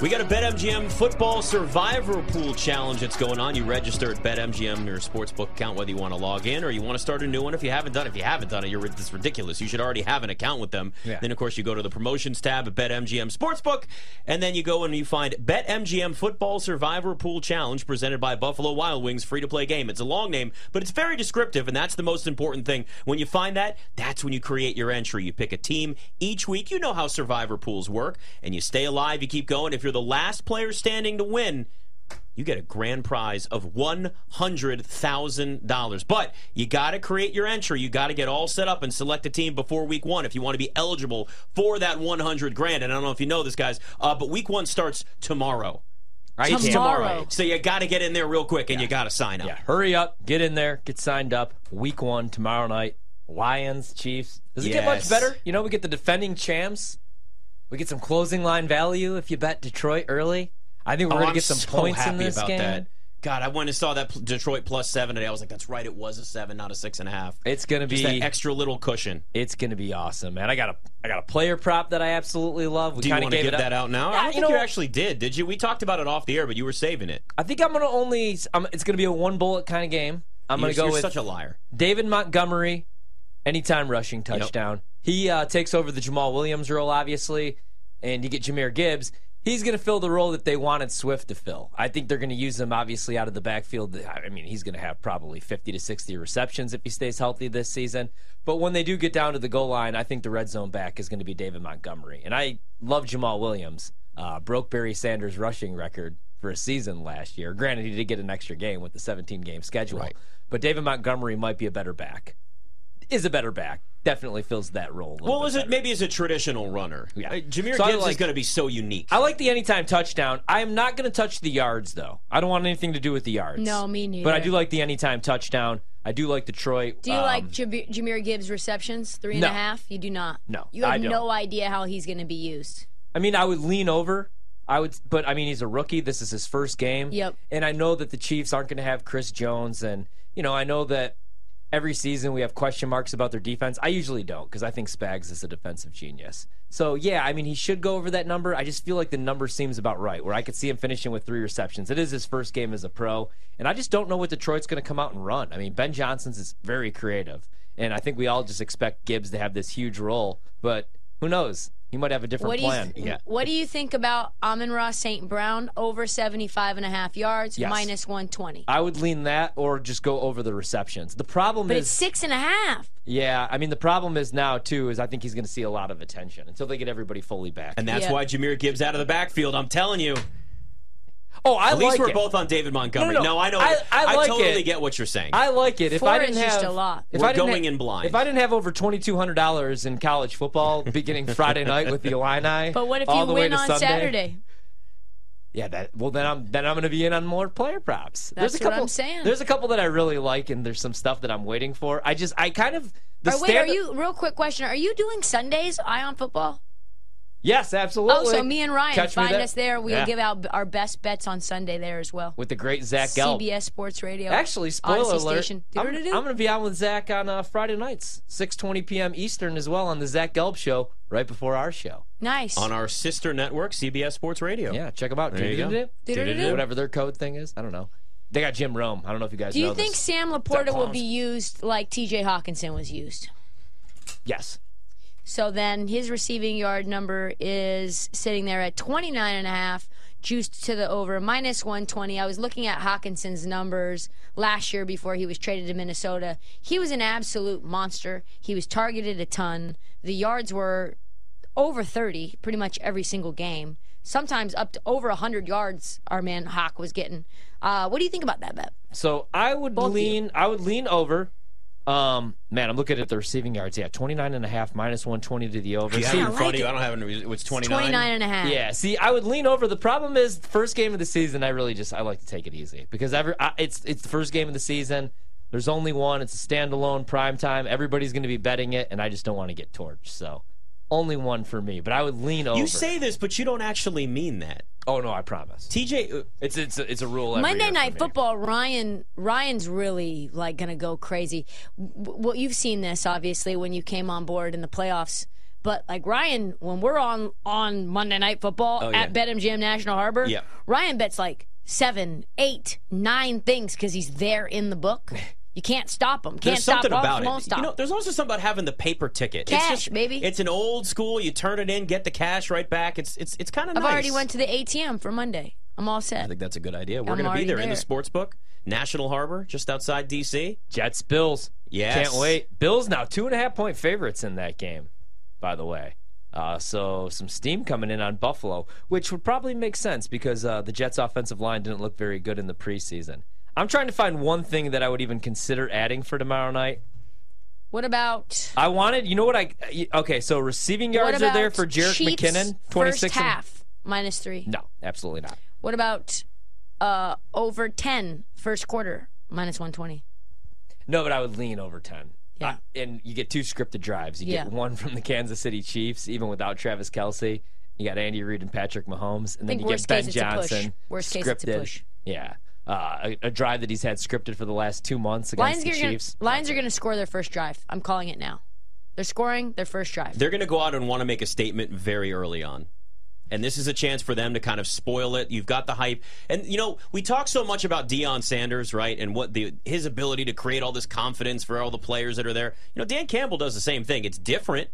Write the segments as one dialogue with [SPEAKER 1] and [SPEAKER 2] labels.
[SPEAKER 1] We got a BetMGM football survivor pool challenge that's going on. You register at BetMGM, your sportsbook account, whether you want to log in or you want to start a new one. If you haven't done it, if you haven't done it, you're it's ridiculous. You should already have an account with them.
[SPEAKER 2] Yeah.
[SPEAKER 1] Then, of course, you go to the promotions tab at BetMGM Sportsbook, and then you go and you find BetMGM Football Survivor Pool Challenge presented by Buffalo Wild Wings free to play game. It's a long name, but it's very descriptive, and that's the most important thing. When you find that, that's when you create your entry. You pick a team each week. You know how survivor pools work, and you stay alive, you keep going. If you're the last player standing to win, you get a grand prize of $100,000. But you got to create your entry. You got to get all set up and select a team before week one if you want to be eligible for that 100 grand. And I don't know if you know this, guys, uh, but week one starts tomorrow. Right? It's
[SPEAKER 3] Tomorrow.
[SPEAKER 1] So you got to get in there real quick and you got to sign up.
[SPEAKER 2] Yeah, hurry up, get in there, get signed up. Week one tomorrow night. Lions, Chiefs. Does it get
[SPEAKER 1] Yes.
[SPEAKER 2] much better? You know, we get the defending champs. We get some closing line value if you bet Detroit early. I think we're
[SPEAKER 1] Oh,
[SPEAKER 2] gonna
[SPEAKER 1] I'm
[SPEAKER 2] get some
[SPEAKER 1] so
[SPEAKER 2] points
[SPEAKER 1] happy
[SPEAKER 2] in this
[SPEAKER 1] about
[SPEAKER 2] game.
[SPEAKER 1] that. God, I went and saw that pl- Detroit plus seven today. I was like, that's right. It was a seven, not a six and a half.
[SPEAKER 2] It's gonna
[SPEAKER 1] Just
[SPEAKER 2] be
[SPEAKER 1] that extra little cushion.
[SPEAKER 2] it's gonna be awesome, man. I got a I got a player prop that I absolutely love. We
[SPEAKER 1] Do you
[SPEAKER 2] kind of
[SPEAKER 1] want to
[SPEAKER 2] gave
[SPEAKER 1] give
[SPEAKER 2] it up.
[SPEAKER 1] that out now? I
[SPEAKER 2] Yeah,
[SPEAKER 1] don't
[SPEAKER 2] you
[SPEAKER 1] think
[SPEAKER 2] know
[SPEAKER 1] you
[SPEAKER 2] what?
[SPEAKER 1] actually did, did you? We talked about it off the air, but you were saving it.
[SPEAKER 2] I think I'm gonna only. I'm, it's gonna be a one bullet kind of game. I'm
[SPEAKER 1] You're,
[SPEAKER 2] gonna go
[SPEAKER 1] you're
[SPEAKER 2] with
[SPEAKER 1] such a liar.
[SPEAKER 2] David Montgomery, anytime rushing touchdown. He uh, takes over the Jamal Williams role, obviously, and you get Jameer Gibbs. He's going to fill the role that they wanted Swift to fill. I think they're going to use him, obviously, out of the backfield. I mean, he's going to have probably 50 to 60 receptions if he stays healthy this season. But when they do get down to the goal line, I think the red zone back is going to be David Montgomery. And I love Jamal Williams. Uh, broke Barry Sanders' rushing record for a season last year. Granted, he did get an extra game with the 17 game schedule. But David Montgomery might be a better back. Is a better back. Definitely fills that role. a little
[SPEAKER 1] Well,
[SPEAKER 2] bit
[SPEAKER 1] is it maybe as a traditional runner?
[SPEAKER 2] Yeah.
[SPEAKER 1] Uh, Jameer
[SPEAKER 2] So I
[SPEAKER 1] Gibbs is
[SPEAKER 2] like-
[SPEAKER 1] going to be so unique.
[SPEAKER 2] I like the anytime touchdown. I'm not going to touch the yards though. I don't want anything to do with the yards.
[SPEAKER 3] No, me neither.
[SPEAKER 2] But I do like the anytime touchdown. I do like Detroit.
[SPEAKER 3] Do you
[SPEAKER 2] Um,
[SPEAKER 3] like Jab- Jameer Gibbs' receptions? Three and a
[SPEAKER 2] No.
[SPEAKER 3] half? You do not.
[SPEAKER 2] No,
[SPEAKER 3] You have
[SPEAKER 2] I don't.
[SPEAKER 3] no idea how he's going to be used.
[SPEAKER 2] I mean, I would lean over. I would, but I mean, he's a rookie. This is his first game.
[SPEAKER 3] Yep.
[SPEAKER 2] And I know that the Chiefs aren't going to have Chris Jones, and you know, I know that every season we have question marks about their defense. I usually don't because I think Spags is a defensive genius. So yeah, I mean, he should go over that number. I just feel like the number seems about right, where I could see him finishing with three receptions. It is his first game as a pro, and I just don't know what Detroit's going to come out and run. I mean, Ben Johnson's is very creative, and I think we all just expect Gibbs to have this huge role, but who knows? He might have a different
[SPEAKER 3] What do, you,
[SPEAKER 2] plan.
[SPEAKER 3] what do you think about Amon Ross St. Brown over 75 and a half yards,
[SPEAKER 2] Yes.
[SPEAKER 3] minus 120?
[SPEAKER 2] I would lean that or just go over the receptions. The problem
[SPEAKER 3] But
[SPEAKER 2] is,
[SPEAKER 3] it's six and a half.
[SPEAKER 2] yeah, I mean, the problem is now, too, is I think he's going to see a lot of attention until they get everybody fully back.
[SPEAKER 1] and that's
[SPEAKER 3] Yeah.
[SPEAKER 1] why Jameer Gibbs out of the backfield. I'm telling you.
[SPEAKER 2] oh, I
[SPEAKER 1] At least
[SPEAKER 2] like
[SPEAKER 1] we're
[SPEAKER 2] it.
[SPEAKER 1] both on David Montgomery.
[SPEAKER 2] No, no, no.
[SPEAKER 1] I know.
[SPEAKER 2] I- I like
[SPEAKER 1] totally
[SPEAKER 2] it.
[SPEAKER 1] get what you're saying.
[SPEAKER 2] I like it. If
[SPEAKER 3] Four
[SPEAKER 2] I
[SPEAKER 3] is
[SPEAKER 2] didn't have
[SPEAKER 3] just a lot.
[SPEAKER 2] If
[SPEAKER 1] We're
[SPEAKER 2] I didn't
[SPEAKER 1] going
[SPEAKER 2] ha-
[SPEAKER 1] in blind.
[SPEAKER 2] If I didn't have over twenty two hundred dollars in college football beginning Friday night with the Illini,
[SPEAKER 3] But what if
[SPEAKER 2] all
[SPEAKER 3] you
[SPEAKER 2] the way
[SPEAKER 3] win
[SPEAKER 2] to
[SPEAKER 3] on
[SPEAKER 2] Sunday,
[SPEAKER 3] Saturday?
[SPEAKER 2] Yeah, that well then I'm then I'm gonna be in on more player props. there's a
[SPEAKER 3] That's what
[SPEAKER 2] couple
[SPEAKER 3] I'm saying.
[SPEAKER 2] There's a couple that I really like and there's some stuff that I'm waiting for. I just I kind of the
[SPEAKER 3] Or wait, are
[SPEAKER 2] standard-
[SPEAKER 3] you, real quick question, are you doing Sundays, Eye on Football?
[SPEAKER 2] Yes, absolutely.
[SPEAKER 3] Oh, so me and Ryan,
[SPEAKER 2] Catch me
[SPEAKER 3] find
[SPEAKER 2] there.
[SPEAKER 3] us there. We'll
[SPEAKER 2] Yeah.
[SPEAKER 3] give out our best bets on Sunday there as well.
[SPEAKER 2] with the great Zach Gelb.
[SPEAKER 3] CBS Sports Radio.
[SPEAKER 2] Actually, spoiler
[SPEAKER 3] Odyssey
[SPEAKER 2] alert.
[SPEAKER 3] Station.
[SPEAKER 2] I'm, I'm going to be on with Zach on uh, Friday nights, 6:20 p.m. Eastern as well on the Zach Gelb show right before our show.
[SPEAKER 3] Nice.
[SPEAKER 1] on our sister network, CBS Sports Radio.
[SPEAKER 2] Yeah, check them out.
[SPEAKER 1] There you go.
[SPEAKER 2] Do-do-do-do.
[SPEAKER 3] Do-do-do-do.
[SPEAKER 2] Whatever their code thing is, I don't know. They got Jim Rome. I don't know if you guys
[SPEAKER 3] Do
[SPEAKER 2] know
[SPEAKER 3] you think
[SPEAKER 2] this.
[SPEAKER 3] Sam Laporta will
[SPEAKER 2] clowns.
[SPEAKER 3] be used like TJ Hawkinson was used?
[SPEAKER 2] Yes.
[SPEAKER 3] So then his receiving yard number is sitting there at 29 and a half, juiced to the over, minus 120. I was looking at Hawkinson's numbers last year before he was traded to Minnesota. He was an absolute monster. He was targeted a ton. The yards were over 30 pretty much every single game. Sometimes up to over 100 yards our man Hawk was getting. Uh, what do you think about that bet?
[SPEAKER 2] So I would
[SPEAKER 3] Both of you.
[SPEAKER 2] lean. I would lean over. Um, man, I'm looking at the receiving yards. Yeah, 29 and a half minus 120 to the over.
[SPEAKER 1] Do you
[SPEAKER 2] So-
[SPEAKER 1] have it in
[SPEAKER 3] I like
[SPEAKER 1] front of you?
[SPEAKER 3] it.
[SPEAKER 1] I don't have it. in- It's 29.
[SPEAKER 3] 29 and a half.
[SPEAKER 2] Yeah, see, I would lean over. The problem is, first game of the season, I really just I like to take it easy because every I, it's it's the first game of the season. There's only one. It's a standalone prime time. Everybody's going to be betting it, and I just don't want to get torched. So, only one for me. But I would lean over.
[SPEAKER 1] You say this, but you don't actually mean that.
[SPEAKER 2] Oh no, I promise.
[SPEAKER 1] TJ, uh,
[SPEAKER 2] It's it's a, it's a rule. every
[SPEAKER 3] Monday
[SPEAKER 2] year
[SPEAKER 3] Night
[SPEAKER 2] for me.
[SPEAKER 3] Football. Ryan Ryan's really like gonna go crazy. W- Well, you've seen this obviously when you came on board in the playoffs. But like Ryan, when we're on on Monday Night Football
[SPEAKER 2] Oh,
[SPEAKER 3] at
[SPEAKER 2] yeah.
[SPEAKER 3] BetMGM National Harbor,
[SPEAKER 1] Yeah.
[SPEAKER 3] Ryan bets like seven, eight, nine things because he's there in the book. You can't stop him. Can't
[SPEAKER 1] There's
[SPEAKER 3] stop
[SPEAKER 1] something
[SPEAKER 3] Hawks,
[SPEAKER 1] about
[SPEAKER 3] Won't
[SPEAKER 1] it.
[SPEAKER 3] stop.
[SPEAKER 1] You know, there's also something about having the paper ticket.
[SPEAKER 3] Cash,
[SPEAKER 1] it's just,
[SPEAKER 3] baby.
[SPEAKER 1] It's an old school. You turn it in, get the cash right back. It's it's it's kind of
[SPEAKER 3] I've
[SPEAKER 1] nice.
[SPEAKER 3] already went to the ATM for Monday. I'm all set.
[SPEAKER 1] I think that's a good idea. We're
[SPEAKER 3] I'm
[SPEAKER 1] going to be
[SPEAKER 3] already
[SPEAKER 1] there, in the
[SPEAKER 3] there.
[SPEAKER 1] sports book, National Harbor, just outside D.C.
[SPEAKER 2] Jets, Bills.
[SPEAKER 1] Yes.
[SPEAKER 2] Can't wait. Bills now two and a half point favorites in that game, by the way. Uh, so some steam coming in on Buffalo, which would probably make sense because uh, the Jets' offensive line didn't look very good in the preseason. I'm trying to find one thing that I would even consider adding for tomorrow night.
[SPEAKER 3] What about
[SPEAKER 2] I wanted, you know what I? Okay, so receiving
[SPEAKER 3] what
[SPEAKER 2] yards
[SPEAKER 3] about
[SPEAKER 2] are there for Jarek
[SPEAKER 3] Chiefs
[SPEAKER 2] McKinnon, 26
[SPEAKER 3] First
[SPEAKER 2] and-
[SPEAKER 3] half minus three.
[SPEAKER 2] No, absolutely not.
[SPEAKER 3] What about uh, over 10 first quarter minus 120?
[SPEAKER 2] No, but I would lean over 10.
[SPEAKER 3] Yeah.
[SPEAKER 2] Uh, and you get two scripted drives. You
[SPEAKER 3] Yeah.
[SPEAKER 2] get one from the Kansas City Chiefs, even without Travis Kelsey. You got Andy Reid and Patrick Mahomes. And then
[SPEAKER 3] think
[SPEAKER 2] you
[SPEAKER 3] worst
[SPEAKER 2] get Ben
[SPEAKER 3] case it's a push.
[SPEAKER 2] Johnson.
[SPEAKER 3] Worst
[SPEAKER 2] scripted.
[SPEAKER 3] case it's a push.
[SPEAKER 2] Yeah. Uh, a, a drive that he's had scripted for the last two months
[SPEAKER 3] Lions
[SPEAKER 2] against
[SPEAKER 3] are
[SPEAKER 2] the
[SPEAKER 3] gonna,
[SPEAKER 2] Chiefs.
[SPEAKER 3] Lions are going to score their first drive. I'm calling it now. They're scoring their first drive.
[SPEAKER 1] They're going to go out and want to make a statement very early on. And this is a chance for them to kind of spoil it. You've got the hype. And you know, we talk so much about Deion Sanders, right? And what the his ability to create all this confidence for all the players that are there. You know, Dan Campbell does the same thing. It's different.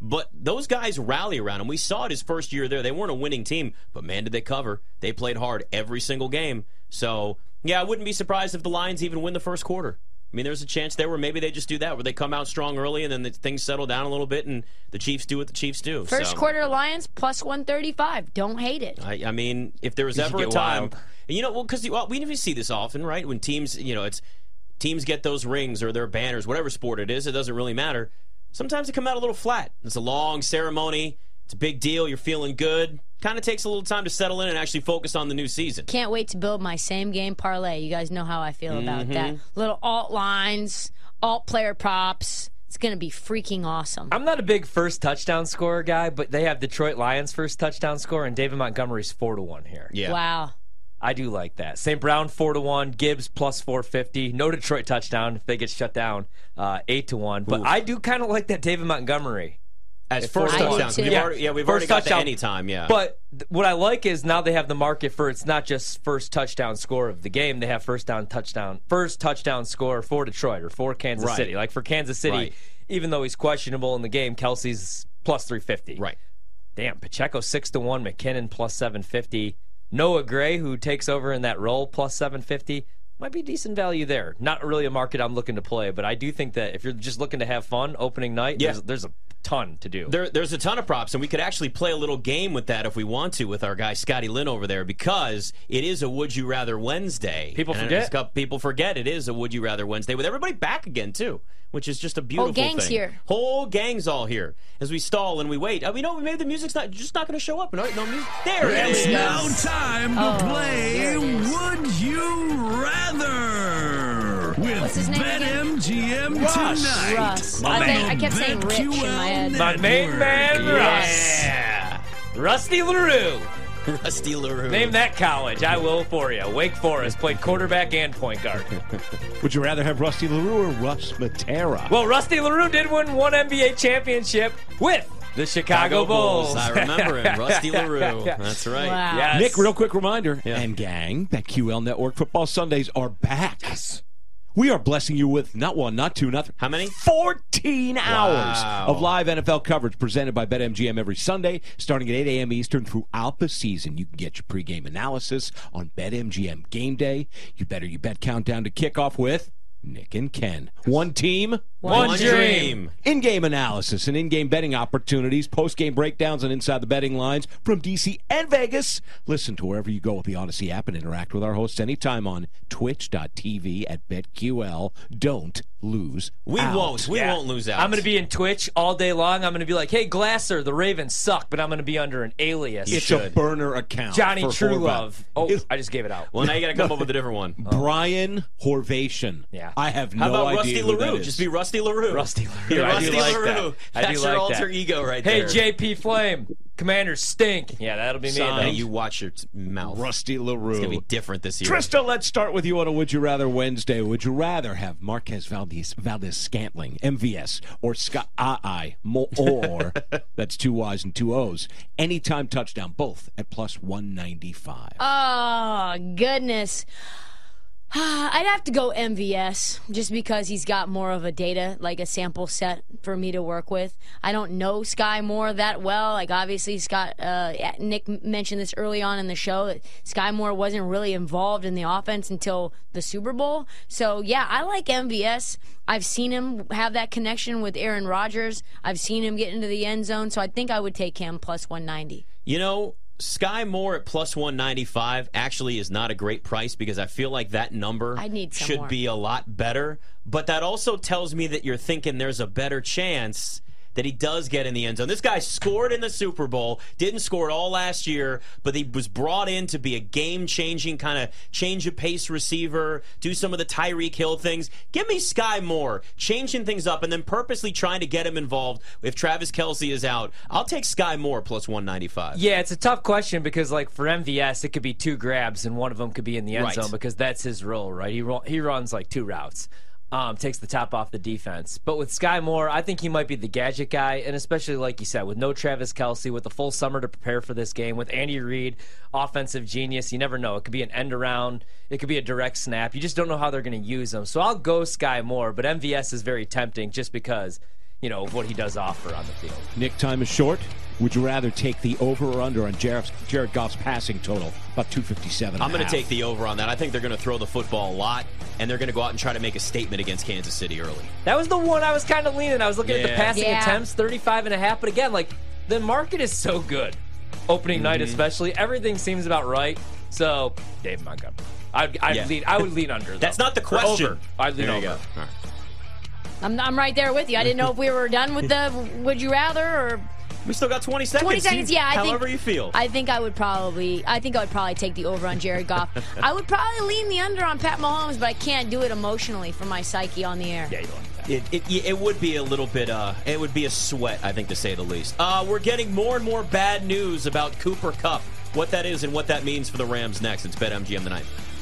[SPEAKER 1] But those guys rally around him. We saw it his first year there. They weren't a winning team, but man, did they cover. They played hard every single game. So, yeah, I wouldn't be surprised if the Lions even win the first quarter. I mean, there's a chance there where maybe they just do that, where they come out strong early and then the things settle down a little bit and the Chiefs do what the Chiefs do.
[SPEAKER 3] First
[SPEAKER 1] So,
[SPEAKER 3] quarter Lions plus 135. Don't hate it.
[SPEAKER 1] I, I mean, if there was
[SPEAKER 2] You
[SPEAKER 1] ever a
[SPEAKER 2] get
[SPEAKER 1] time.
[SPEAKER 2] wild.
[SPEAKER 1] And you know, well, because well, we never see this often, right? When teams, you know, it's teams get those rings or their banners, whatever sport it is, it doesn't really matter. Sometimes they come out a little flat. It's a long ceremony. It's a big deal. You're feeling good. Kind of takes a little time to settle in and actually focus on the new season.
[SPEAKER 3] Can't wait to build my same game parlay. You guys know how I feel about
[SPEAKER 1] Mm-hmm.
[SPEAKER 3] that. Little alt lines, alt player props. It's going to be freaking awesome.
[SPEAKER 2] I'm not a big first touchdown scorer guy, but they have Detroit Lions first touchdown score, and David Montgomery's four to one here.
[SPEAKER 1] Yeah.
[SPEAKER 3] Wow.
[SPEAKER 2] I do like that. St. Brown four to one, Gibbs plus four fifty. No Detroit touchdown if they get shut down, uh, eight to one. But
[SPEAKER 1] Ooh.
[SPEAKER 2] I do kind of like that David Montgomery.
[SPEAKER 1] As first
[SPEAKER 3] I do
[SPEAKER 1] touchdown.
[SPEAKER 3] too.
[SPEAKER 1] We've
[SPEAKER 2] Yeah.
[SPEAKER 1] already, yeah, we've
[SPEAKER 2] First
[SPEAKER 1] already got
[SPEAKER 2] touchdown.
[SPEAKER 1] the anytime. Yeah.
[SPEAKER 2] But th- what I like is now they have the market for it's not just first touchdown score of the game. They have first down touchdown, first touchdown score for Detroit or for Kansas
[SPEAKER 1] Right.
[SPEAKER 2] City. Like for Kansas City,
[SPEAKER 1] Right.
[SPEAKER 2] even though he's questionable in the game, Kelsey's plus three fifty.
[SPEAKER 1] right.
[SPEAKER 2] Damn, Pacheco six to one, McKinnon plus seven fifty, Noah Gray who takes over in that role plus seven fifty might be decent value there. Not really a market I'm looking to play, but I do think that if you're just looking to have fun opening night,
[SPEAKER 1] Yeah.
[SPEAKER 2] there's, there's a ton to do.
[SPEAKER 1] There, there's a ton of props, and we could actually play a little game with that if we want to with our guy Scotty Lynn over there because it is a Would You Rather Wednesday.
[SPEAKER 2] People
[SPEAKER 1] And
[SPEAKER 2] forget.
[SPEAKER 1] it's got- people forget it is a Would You Rather Wednesday with everybody back again, too, which is just a beautiful
[SPEAKER 3] gang's
[SPEAKER 1] thing.
[SPEAKER 3] here.
[SPEAKER 1] Whole gang's all here as we stall and we wait. Uh, We know maybe the music's not just not going to show up. No, no music. There it
[SPEAKER 4] It's
[SPEAKER 1] is.
[SPEAKER 4] now time to
[SPEAKER 3] Oh,
[SPEAKER 4] play
[SPEAKER 3] there it is.
[SPEAKER 4] Would You Rather
[SPEAKER 3] What's
[SPEAKER 4] with
[SPEAKER 3] his name again?
[SPEAKER 4] BetMGM
[SPEAKER 1] Russ.
[SPEAKER 4] tonight.
[SPEAKER 3] Russ.
[SPEAKER 4] My
[SPEAKER 3] I think-
[SPEAKER 4] man
[SPEAKER 3] I kept saying Rich in my
[SPEAKER 4] BetQL
[SPEAKER 3] head.
[SPEAKER 2] My main man,
[SPEAKER 4] Network.
[SPEAKER 2] Russ.
[SPEAKER 1] Yeah.
[SPEAKER 2] Rusty LaRue.
[SPEAKER 1] Rusty LaRue.
[SPEAKER 2] Name that college. I will for you. Wake Forest played quarterback and point guard.
[SPEAKER 5] Would you rather have Rusty LaRue or Russ Matera?
[SPEAKER 2] Well, Rusty LaRue did win one NBA championship with the Chicago, Bulls.
[SPEAKER 1] I remember him. Rusty LaRue. That's right.
[SPEAKER 3] Wow.
[SPEAKER 2] Yes.
[SPEAKER 5] Nick, real quick reminder and gang that QL Network Football Sundays are back. We are blessing you with not one, not two, not three.
[SPEAKER 1] How many?
[SPEAKER 5] 14
[SPEAKER 1] Wow.
[SPEAKER 5] hours of live NFL coverage presented by BetMGM every Sunday, starting at 8 a.m. Eastern throughout the season. You can get your pregame analysis on BetMGM Game Day. You better you bet countdown to kickoff with Nick and Ken. One team,
[SPEAKER 2] One dream.
[SPEAKER 5] in-game analysis and in-game betting opportunities, post-game breakdowns, and inside the betting lines from DC and Vegas. Listen to wherever you go with the Odyssey app and interact with our hosts anytime on Twitch.tv at BetQL. Don't lose.
[SPEAKER 1] We
[SPEAKER 5] out.
[SPEAKER 1] won't. We won't lose out.
[SPEAKER 2] I'm going to be in Twitch all day long. I'm going to be like, hey, Glasser, the Ravens suck, but I'm going to be under an alias.
[SPEAKER 5] It's a burner account.
[SPEAKER 2] Johnny
[SPEAKER 5] for
[SPEAKER 2] True
[SPEAKER 5] Horvath.
[SPEAKER 2] Love. Oh,
[SPEAKER 5] It's
[SPEAKER 2] I just gave it out.
[SPEAKER 1] Well, now you got to come up with a different one.
[SPEAKER 5] Brian Horvation.
[SPEAKER 2] Yeah.
[SPEAKER 5] I have
[SPEAKER 1] oh. How
[SPEAKER 5] no
[SPEAKER 1] about
[SPEAKER 5] idea.
[SPEAKER 1] Rusty
[SPEAKER 5] who that
[SPEAKER 1] LaRue?
[SPEAKER 5] is.
[SPEAKER 1] Just be Rusty LaRue.
[SPEAKER 2] Rusty LaRue.
[SPEAKER 1] You're
[SPEAKER 2] I do
[SPEAKER 1] Rusty
[SPEAKER 2] like that.
[SPEAKER 1] LaRue.
[SPEAKER 2] I do
[SPEAKER 1] That's your
[SPEAKER 2] like
[SPEAKER 1] alter
[SPEAKER 2] that.
[SPEAKER 1] ego right
[SPEAKER 2] Hey,
[SPEAKER 1] there.
[SPEAKER 2] JP Flame, Commander Stink. Yeah, that'll be me.
[SPEAKER 1] Son,
[SPEAKER 2] That'll-
[SPEAKER 1] you watch your t- mouth.
[SPEAKER 5] Rusty LaRue.
[SPEAKER 1] It's going to be different this year.
[SPEAKER 5] Trista, let's start with you on a Would You Rather Wednesday. Would you rather have Marquez Valdez, Valdez Scantling, MVS, or Scott Ai, Mo- or that's two Y's and two O's, anytime touchdown, both at plus 195?
[SPEAKER 3] Oh, goodness. I'd have to go MVS just because he's got more of a data, like a sample set for me to work with. I don't know Sky Moore that well. Like, obviously, Scott, uh, Nick mentioned this early on in the show that Sky Moore wasn't really involved in the offense until the Super Bowl. So, yeah, I like MVS. I've seen him have that connection with Aaron Rodgers, I've seen him get into the end zone. So, I think I would take him plus 190.
[SPEAKER 1] You know, Sky Moore at plus 195 actually is not a great price because I feel like that number
[SPEAKER 3] I need some
[SPEAKER 1] should
[SPEAKER 3] more.
[SPEAKER 1] be a lot better. But that also tells me that you're thinking there's a better chance that he does get in the end zone. This guy scored in the Super Bowl, didn't score at all last year, but he was brought in to be a game changing kind of change of pace receiver, do some of the Tyreek Hill things. Give me Sky Moore, changing things up and then purposely trying to get him involved if Travis Kelsey is out. I'll take Sky Moore plus 195.
[SPEAKER 2] Yeah, it's a tough question because, like, for MVS, it could be two grabs and one of them could be in the end
[SPEAKER 1] Right.
[SPEAKER 2] zone because that's his role, right? He ru- he runs like two routes, um, takes the top off the defense. But with Sky Moore, I think he might be the gadget guy, and especially like you said, with no Travis Kelsey, with the full summer to prepare for this game, with Andy Reid, offensive genius. You never know; it could be an end around, it could be a direct snap. You just don't know how they're going to use him. So I'll go Sky Moore, but MVS is very tempting just because you know of what he does offer on the field.
[SPEAKER 5] Nick, time is short. Would you rather take the over or under on Jared, Jared Goff's passing total, about 257?
[SPEAKER 1] I'm going to take the over on that. I think they're going to throw the football a lot, and they're going to go out and try to make a statement against Kansas City early.
[SPEAKER 2] That was the one I was kind of leaning. I was looking at the
[SPEAKER 1] Yeah.
[SPEAKER 2] passing
[SPEAKER 3] Yeah.
[SPEAKER 2] attempts, 35 and a half. But again, like the market is so good. Opening night
[SPEAKER 1] Mm-hmm.
[SPEAKER 2] especially, everything seems about right. So, Dave Montgomery. I'd, I'd
[SPEAKER 1] Yeah.
[SPEAKER 2] lean, I would lean under. though.
[SPEAKER 1] That's not the
[SPEAKER 2] Or
[SPEAKER 1] question.
[SPEAKER 2] Over. I'd lean over.
[SPEAKER 1] All right.
[SPEAKER 3] I'm, I'm right there with you. I didn't know if we were done with the would you rather or
[SPEAKER 1] We still got 20 seconds.
[SPEAKER 3] 20 seconds.
[SPEAKER 1] You-
[SPEAKER 3] Yeah, I think.
[SPEAKER 1] however you feel.
[SPEAKER 3] I think I would probably. I think I would probably take the over on Jared Goff. I would probably lean the under on Pat Mahomes, but I can't do it emotionally for my psyche on the air.
[SPEAKER 2] Yeah, you don't like that.
[SPEAKER 1] It, it, it would be a little bit, uh, it would be a sweat, I think, to say the least. Uh, we're getting more and more bad news about Cooper Cup, what that is and what that means for the Rams next. It's BetMGM tonight.